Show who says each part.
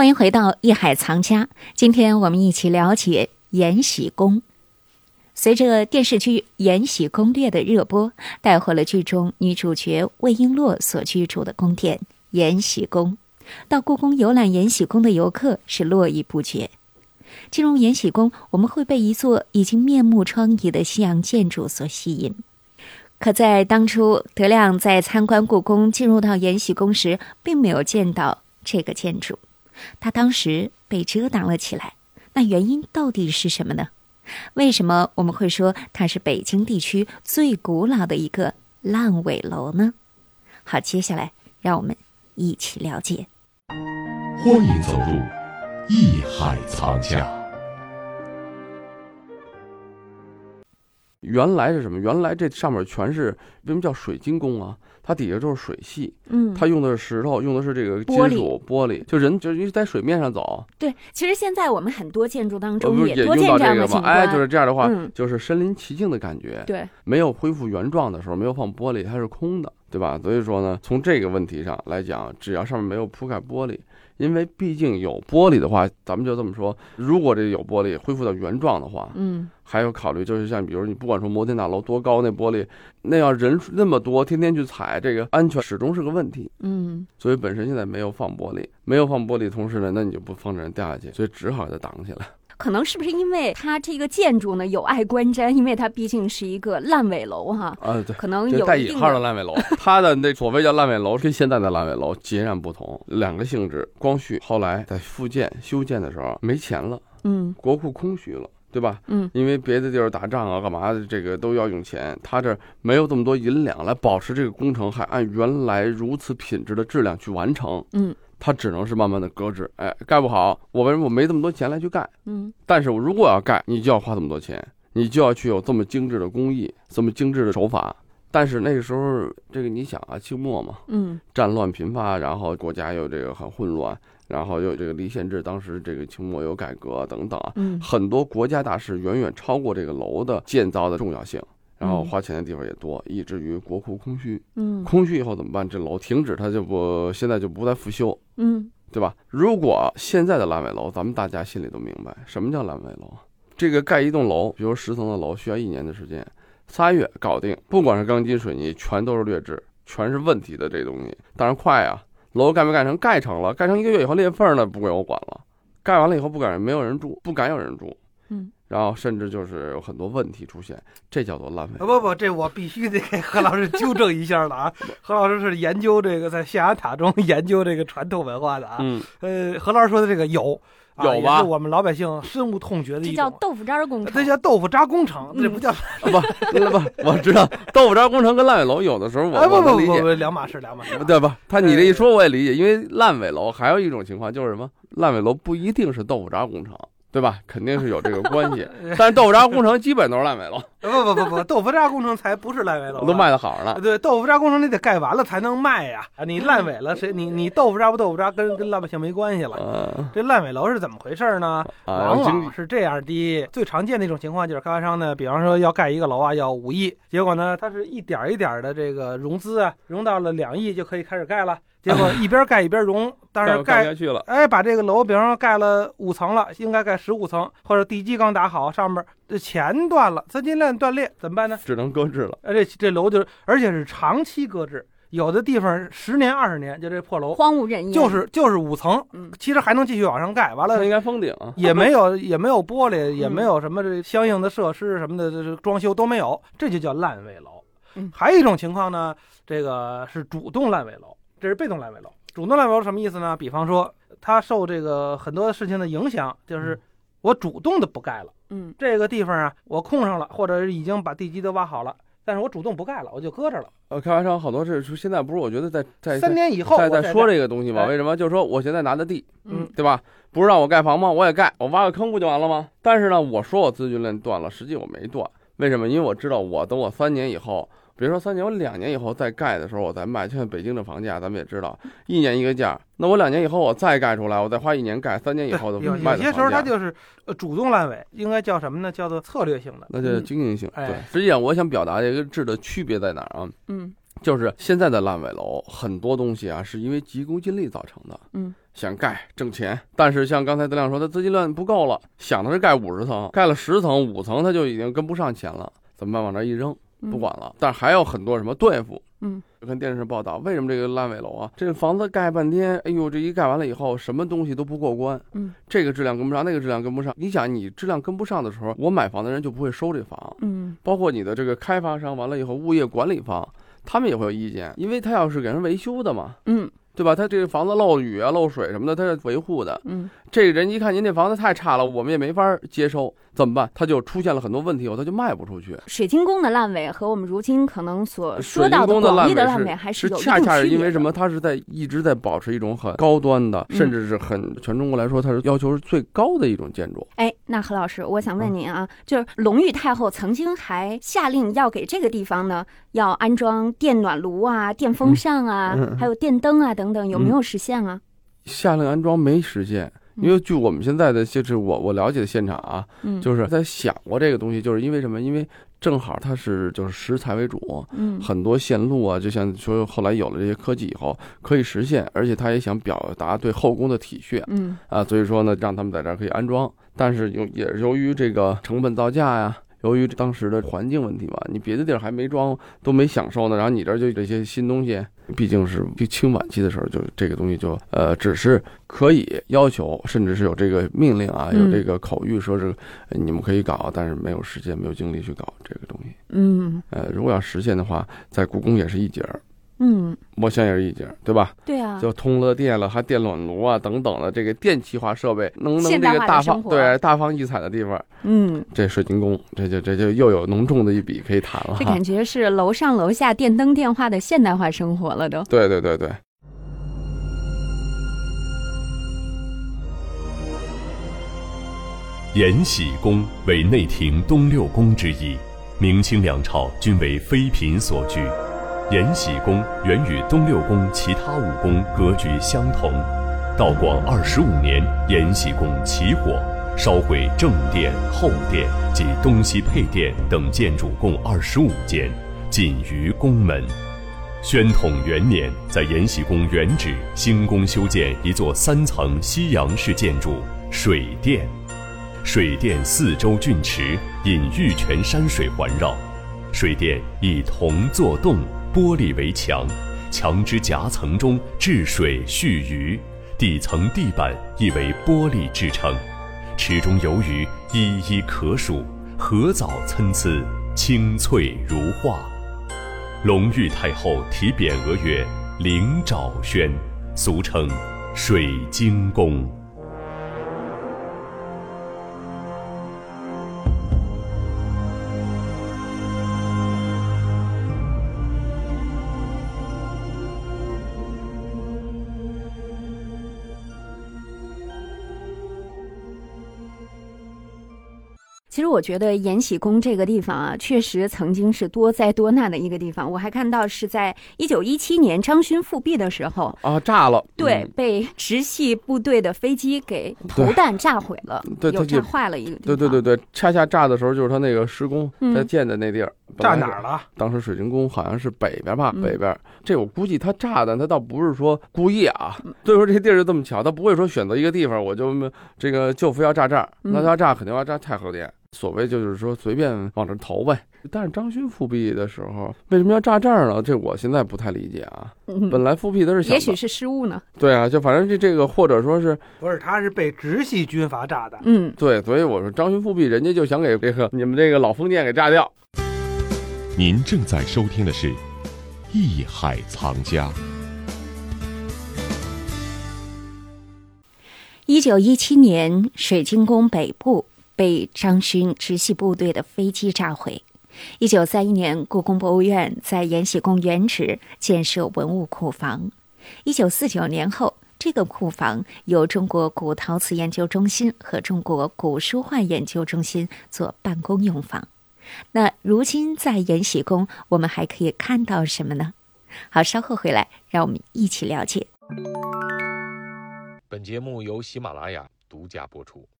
Speaker 1: 欢迎回到《艺海藏家》，今天我们一起了解延禧宫。随着电视剧《延禧攻略》的热播，带回了剧中女主角魏璎珞所居住的宫殿延禧宫。到故宫游览延禧宫的游客是络绎不绝。进入延禧宫，我们会被一座已经面目疮痍的西洋建筑所吸引。可在当初德亮在参观故宫、进入到延禧宫时，并没有见到这个建筑，他当时被遮挡了起来。那原因到底是什么呢？为什么我们会说它是北京地区最古老的一个烂尾楼呢？好，接下来让我们一起了解。
Speaker 2: 欢迎走入艺海藏家。
Speaker 3: 原来是什么？原来这上面全是为什么叫水晶宫啊？它底下就是水系，
Speaker 1: 嗯
Speaker 3: 它用的是石头，用的是这个金
Speaker 1: 玻璃嗯
Speaker 3: 属玻璃，就人就是因为在水面上走，
Speaker 1: 对，其实现在我们很多建筑当
Speaker 3: 呃不
Speaker 1: 中
Speaker 3: 是
Speaker 1: 也
Speaker 3: 也
Speaker 1: 多
Speaker 3: 用
Speaker 1: 见
Speaker 3: 到
Speaker 1: 这
Speaker 3: 这
Speaker 1: 样的
Speaker 3: 个
Speaker 1: 情
Speaker 3: 吗？
Speaker 1: 况，
Speaker 3: 哎，就是这样的话，
Speaker 1: 嗯
Speaker 3: 就是身临其境的感觉。
Speaker 1: 对，
Speaker 3: 没有恢复原状的时候，没有放玻璃，它是空的，对吧？所以说呢，从这个问题上来讲，只要上面没有铺盖玻璃，因为毕竟有玻璃的话，咱们就这么说，如果这有玻璃恢复到原状的话，
Speaker 1: 嗯，
Speaker 3: 还有考虑就是像比如你不管说摩天大楼多高，那玻璃那要人数那么多，天天去踩，这个安全始终是个问题。
Speaker 1: 嗯，
Speaker 3: 所以本身现在没有放玻璃，没有放玻璃，同时呢，那你就不防止人掉下去，所以只好给它挡起来。
Speaker 1: 可能是不是因为它这个建筑呢有碍观瞻，因为它毕竟是一个烂尾楼哈，
Speaker 3: 啊，对。
Speaker 1: 可能
Speaker 3: 这
Speaker 1: 有
Speaker 3: 带
Speaker 1: 一
Speaker 3: 引
Speaker 1: 定
Speaker 3: 号的
Speaker 1: 的
Speaker 3: 烂尾楼，它的那所谓叫烂尾楼，跟现在的烂尾楼截然不同，两个性质。光绪后来在复建修建的时候没钱了，
Speaker 1: 嗯
Speaker 3: 国库空虚了，对吧？
Speaker 1: 嗯，
Speaker 3: 因为别的地儿打仗啊，干嘛的这个都要用钱，他这儿没有这么多银两来保持这个工程还按原来如此品质的质量去完成，
Speaker 1: 嗯，
Speaker 3: 他只能是慢慢的搁置，哎，盖不好，我为什么我没这么多钱来去盖？
Speaker 1: 嗯
Speaker 3: 但是我如果要盖，你就要花这么多钱，你就要去有这么精致的工艺，这么精致的手法。但是那个时候，这个你想啊，清末嘛，
Speaker 1: 嗯
Speaker 3: 战乱频发，然后国家又这个很混乱，然后又这个离县制，当时这个清末有改革等等啊，
Speaker 1: 嗯
Speaker 3: 很多国家大事远远超过这个楼的建造的重要性，然后
Speaker 1: 嗯
Speaker 3: 花钱的地方也多，以至于国库空虚。
Speaker 1: 嗯
Speaker 3: 空虚以后怎么办？这楼停止，它就不现在就不再复修，
Speaker 1: 嗯
Speaker 3: 对吧？如果现在的烂尾楼，咱们大家心里都明白什么叫烂尾楼。这个盖一栋楼，比如十层的楼，需要一年的时间，仨月搞定。不管是钢筋水泥，全都是劣质，全是问题的这东西。当然快啊，楼盖没盖成，盖成了，盖成一个月以后裂缝儿呢，不归我管了。盖完了以后不敢没有人住，不敢有人住，
Speaker 1: 嗯，
Speaker 3: 然后甚至就是有很多问题出现，这叫做烂尾
Speaker 4: 啊
Speaker 3: 楼。
Speaker 4: 不不，这我必须得给何老师纠正一下了啊！何老师是研究这个在象牙塔中 研究这个传统文化的啊。
Speaker 3: 嗯，
Speaker 4: 呃，何老师说的这个有，啊、
Speaker 3: 有吧
Speaker 4: 也是我们老百姓深恶痛绝的
Speaker 1: 这
Speaker 4: 一
Speaker 1: 叫
Speaker 4: 种。
Speaker 1: 豆腐渣儿工程
Speaker 4: 这，叫豆腐渣工程，这不叫
Speaker 3: 啊不，不，我知道豆腐渣工程跟烂尾楼有的时候我
Speaker 4: 哎
Speaker 3: 嗯
Speaker 4: 不
Speaker 3: 我能
Speaker 4: 不
Speaker 3: 理解
Speaker 4: 不不，两码事两码事 啊。
Speaker 3: 对吧？他你这一说我也理解，因为烂尾楼还有一种情况就是什么？烂尾楼不一定是豆腐渣工程，对吧？肯定是有这个关 系。但是豆腐渣工程基本都是烂尾楼，
Speaker 4: 啊不不不不，豆腐渣工程才不是烂尾楼啊，
Speaker 3: 都卖的好着呢。
Speaker 4: 对，豆腐渣工程你得盖完了才能卖呀、啊！你烂尾了，谁你你豆腐渣不豆腐渣跟跟老百姓没关系了。
Speaker 3: 嗯
Speaker 4: 这烂尾楼是怎么回事呢？
Speaker 3: 啊，
Speaker 4: 往
Speaker 3: 经
Speaker 4: 往
Speaker 3: 历
Speaker 4: 是这样的，最常见的一种情况就是开发商呢，比方说要盖一个楼啊，要五亿，结果呢，它是一点儿一点儿的这个融资啊，融到了两亿就可以开始盖了，结 果一边盖一边融，但
Speaker 3: 盖
Speaker 4: 是
Speaker 3: 不盖不
Speaker 4: 盖
Speaker 3: 下去了，
Speaker 4: 哎，把这个楼，比方说盖了五层了，应该盖十五层，或者地基刚打好，上面这钱断了，资金链断裂，怎么办呢？
Speaker 3: 只能搁置了。
Speaker 4: 哎，这这楼就是，而且是长期搁置，有的地方十年二十年，就这破楼，
Speaker 1: 荒无人烟，
Speaker 4: 就是就是五层
Speaker 1: 嗯，
Speaker 4: 其实还能继续往上盖，完
Speaker 3: 那
Speaker 4: 了
Speaker 3: 应。该封顶 啊。
Speaker 4: 也没有，也没有玻
Speaker 1: 嗯
Speaker 4: 璃，也没有什么这相应的设施什么的，这这装修都没有，这就叫烂尾楼
Speaker 1: 嗯。
Speaker 4: 还有一种情况呢，这个是主动烂尾楼，这是被动烂尾楼。主动烂尾楼什么意思呢？比方说，它受这个很多事情的影响，就是我主动的不盖了。
Speaker 1: 嗯
Speaker 4: 这个地方啊，我空上了，或者是已经把地基都挖好了，但是我主动不盖了，我就搁这儿了。
Speaker 3: 呃，开发商好多是说现在不是，我觉得在在
Speaker 4: 三
Speaker 3: 在
Speaker 4: 年以后
Speaker 3: 在
Speaker 4: 我
Speaker 3: 在说这个东西嘛？
Speaker 4: 哎
Speaker 3: 为什么？就是说我现在拿的地，
Speaker 1: 嗯
Speaker 3: 对吧？不是让我盖房吗？我也盖，我挖个坑不就完了吗？但是呢，我说我资金链断了，实际我没断。为什么？因为我知道，我等我三年以后，别说三年，我两年以后再盖的时候，我再卖。现在北京的房价，咱们也知道，一年一个价。那我两年以后我再盖出来，我再花一年盖，三年以后的
Speaker 4: 对有
Speaker 3: 卖
Speaker 4: 有
Speaker 3: 的
Speaker 4: 些时候
Speaker 3: 房价
Speaker 4: 它就是呃主动烂尾，应该叫什么呢？叫做策略性的。
Speaker 3: 那就是经营性。
Speaker 4: 嗯哎
Speaker 3: 对，实际上我想表达这个质的区别在哪儿啊？
Speaker 1: 嗯
Speaker 3: 就是现在的烂尾楼，很多东西啊，是因为急功近利造成的。
Speaker 1: 嗯，
Speaker 3: 想盖挣钱，但是像刚才德亮说，他资金链不够了，想的是盖五十层，盖了十层、五层，他就已经跟不上钱了，怎么办？往那儿一扔，不管了。但还有很多什么对付。
Speaker 1: 嗯，
Speaker 3: 就看电视报道，为什么这个烂尾楼啊？这房子盖半天，哎呦，这一盖完了以后，什么东西都不过关，
Speaker 1: 嗯，
Speaker 3: 这个质量跟不上，那个质量跟不上。你想，你质量跟不上的时候，我买房的人就不会收这房，
Speaker 1: 嗯
Speaker 3: 包括你的这个开发商，完了以后物业管理方，他们也会有意见，因为他要是给人维修的嘛，
Speaker 1: 嗯
Speaker 3: 对吧？他这个房子漏雨啊、漏水什么的，他是维护的。
Speaker 1: 嗯
Speaker 3: 这个人一看您这房子太差了，我们也没法儿接收，怎么办？他就出现了很多问题以后，他就卖不出去。
Speaker 1: 水晶宫的烂尾和我们如今可能所呃说
Speaker 3: 水
Speaker 1: 到
Speaker 3: 晶宫
Speaker 1: 广
Speaker 3: 烂
Speaker 1: 义的烂尾
Speaker 3: 尾
Speaker 1: 还
Speaker 3: 是
Speaker 1: 有一定
Speaker 3: 恰恰是
Speaker 1: 区
Speaker 3: 因
Speaker 1: 别
Speaker 3: 为什
Speaker 1: 的？
Speaker 3: 么？它是在一直在保持一种很高端的，
Speaker 1: 嗯
Speaker 3: 甚至是很全中国来说，它是要求是最高的一种建筑。
Speaker 1: 哎，那何老师，我想问
Speaker 3: 嗯
Speaker 1: 您啊，就是隆裕太后曾经还下令要给这个地方呢，要安装电暖炉啊、电风
Speaker 3: 嗯
Speaker 1: 扇啊，
Speaker 3: 嗯嗯
Speaker 1: 还有电灯啊等等，有没
Speaker 3: 嗯
Speaker 1: 有实现啊？
Speaker 3: 下令安装没实现，
Speaker 1: 嗯
Speaker 3: 因为据我们现在的就是我我了解的现场啊，
Speaker 1: 嗯，
Speaker 3: 就是在想过这个东西，就是因为什么？因为正好它是就是食材为主，
Speaker 1: 嗯
Speaker 3: 很多线路啊，就像说后来有了这些科技以后可以实现，而且他也想表达对后宫的体恤
Speaker 1: 嗯
Speaker 3: 啊，所以说呢，让他们在这儿可以安装，但是由也是由于这个成本造价呀、由于当时的环境问题吧，你别的地儿还没装，都没享受呢，然后你这儿就这些新东西，毕竟是清晚期的时候，就这个东西就呃，只是可以要求，甚至是有这个命令啊，有
Speaker 1: 嗯
Speaker 3: 这个口谕说是呃你们可以搞，但是没有时间，没有精力去搞这个东西。
Speaker 1: 嗯
Speaker 3: 呃，如果要实现的话，在故宫也是一景儿，
Speaker 1: 嗯，
Speaker 3: 摸象也是一景儿，对吧？
Speaker 1: 对啊，
Speaker 3: 就通了电了，还电暖炉啊等等的这个电气化设备，能能
Speaker 1: 现
Speaker 3: 这
Speaker 1: 代
Speaker 3: 个
Speaker 1: 化的
Speaker 3: 大
Speaker 1: 生
Speaker 3: 放
Speaker 1: 活
Speaker 3: 对大放异彩的地方，
Speaker 1: 嗯，
Speaker 3: 这水晶宫，这就这就又有浓重的一笔可以谈了
Speaker 1: 这
Speaker 3: 哈
Speaker 1: 感。觉是楼上楼下电灯电话的现代化生活了都。
Speaker 3: 对对对对，
Speaker 2: 延禧宫为内廷东六宫之一，明清两朝均为妃嫔所居。延禧宫原与东六宫其他五宫格局相同。道光二十五年，延禧宫起火，烧毁正殿、后殿及东西配殿等建筑共二十五间，仅余宫门。宣统元年，在延禧宫原址兴工修建一座三层西洋式建筑水殿。水殿四周浚池，引玉泉山水环绕。水殿以铜作栋，玻璃为墙，墙之夹层中置水蓄鱼，底层地板亦为玻璃制成。池中游鱼一一可数，荷藻参差，清翠如画。隆裕太后题匾额曰“灵沼轩”，俗称水晶宫。
Speaker 1: 其实我觉得延禧宫这个地方啊，确实曾经是多灾多难的一个地方。我还看到是在一九一七年张勋复辟的时候，
Speaker 3: 啊，炸了，
Speaker 1: 对，被直系部队的飞机给投弹炸毁了，
Speaker 3: 对
Speaker 1: 有
Speaker 3: 它就
Speaker 1: 炸坏了一个地方。
Speaker 3: 对对对对，恰恰炸的时候就是他那个施工
Speaker 1: 嗯
Speaker 3: 在建的那地儿，本来
Speaker 4: 炸哪
Speaker 3: 是
Speaker 4: 儿？了？
Speaker 3: 当时水晶宫好像是北边吧，
Speaker 1: 嗯
Speaker 3: 北边这我估计他炸的，他倒不是说故意啊，
Speaker 1: 嗯
Speaker 3: 所以说这地儿就这么巧，他不会说选择一个地方我就这个就非要炸这儿，
Speaker 1: 嗯
Speaker 3: 那他炸肯定要炸太和殿，所谓就是说随便往这儿投呗。
Speaker 1: 嗯
Speaker 3: 但是张勋复辟的时候为什么要炸这儿呢？这我现在不太理解啊。本
Speaker 1: 嗯，
Speaker 3: 来复辟他是想
Speaker 1: 也
Speaker 3: 的，
Speaker 1: 许是失误呢。
Speaker 3: 对啊，就反正这这个或者说是
Speaker 4: 不是，他是被直系军阀炸的。
Speaker 1: 嗯，
Speaker 3: 对，所以我说张勋复辟，人家就想给这个你们这个老封建给炸掉。
Speaker 2: 您正在收听的是《艺海藏家》。
Speaker 1: 一九一七年，水晶宫北部被张勋直系部队的飞机炸毁。一九三一年，故宫博物院在延禧宫原址建设文物库房。一九四九年后，这个库房由中国古陶瓷研究中心和中国古书画研究中心做办公用房。那如今在延禧宫，我们还可以看到什么呢？好，稍后回来，让我们一起了解。
Speaker 5: 本节目由喜马拉雅独家播出。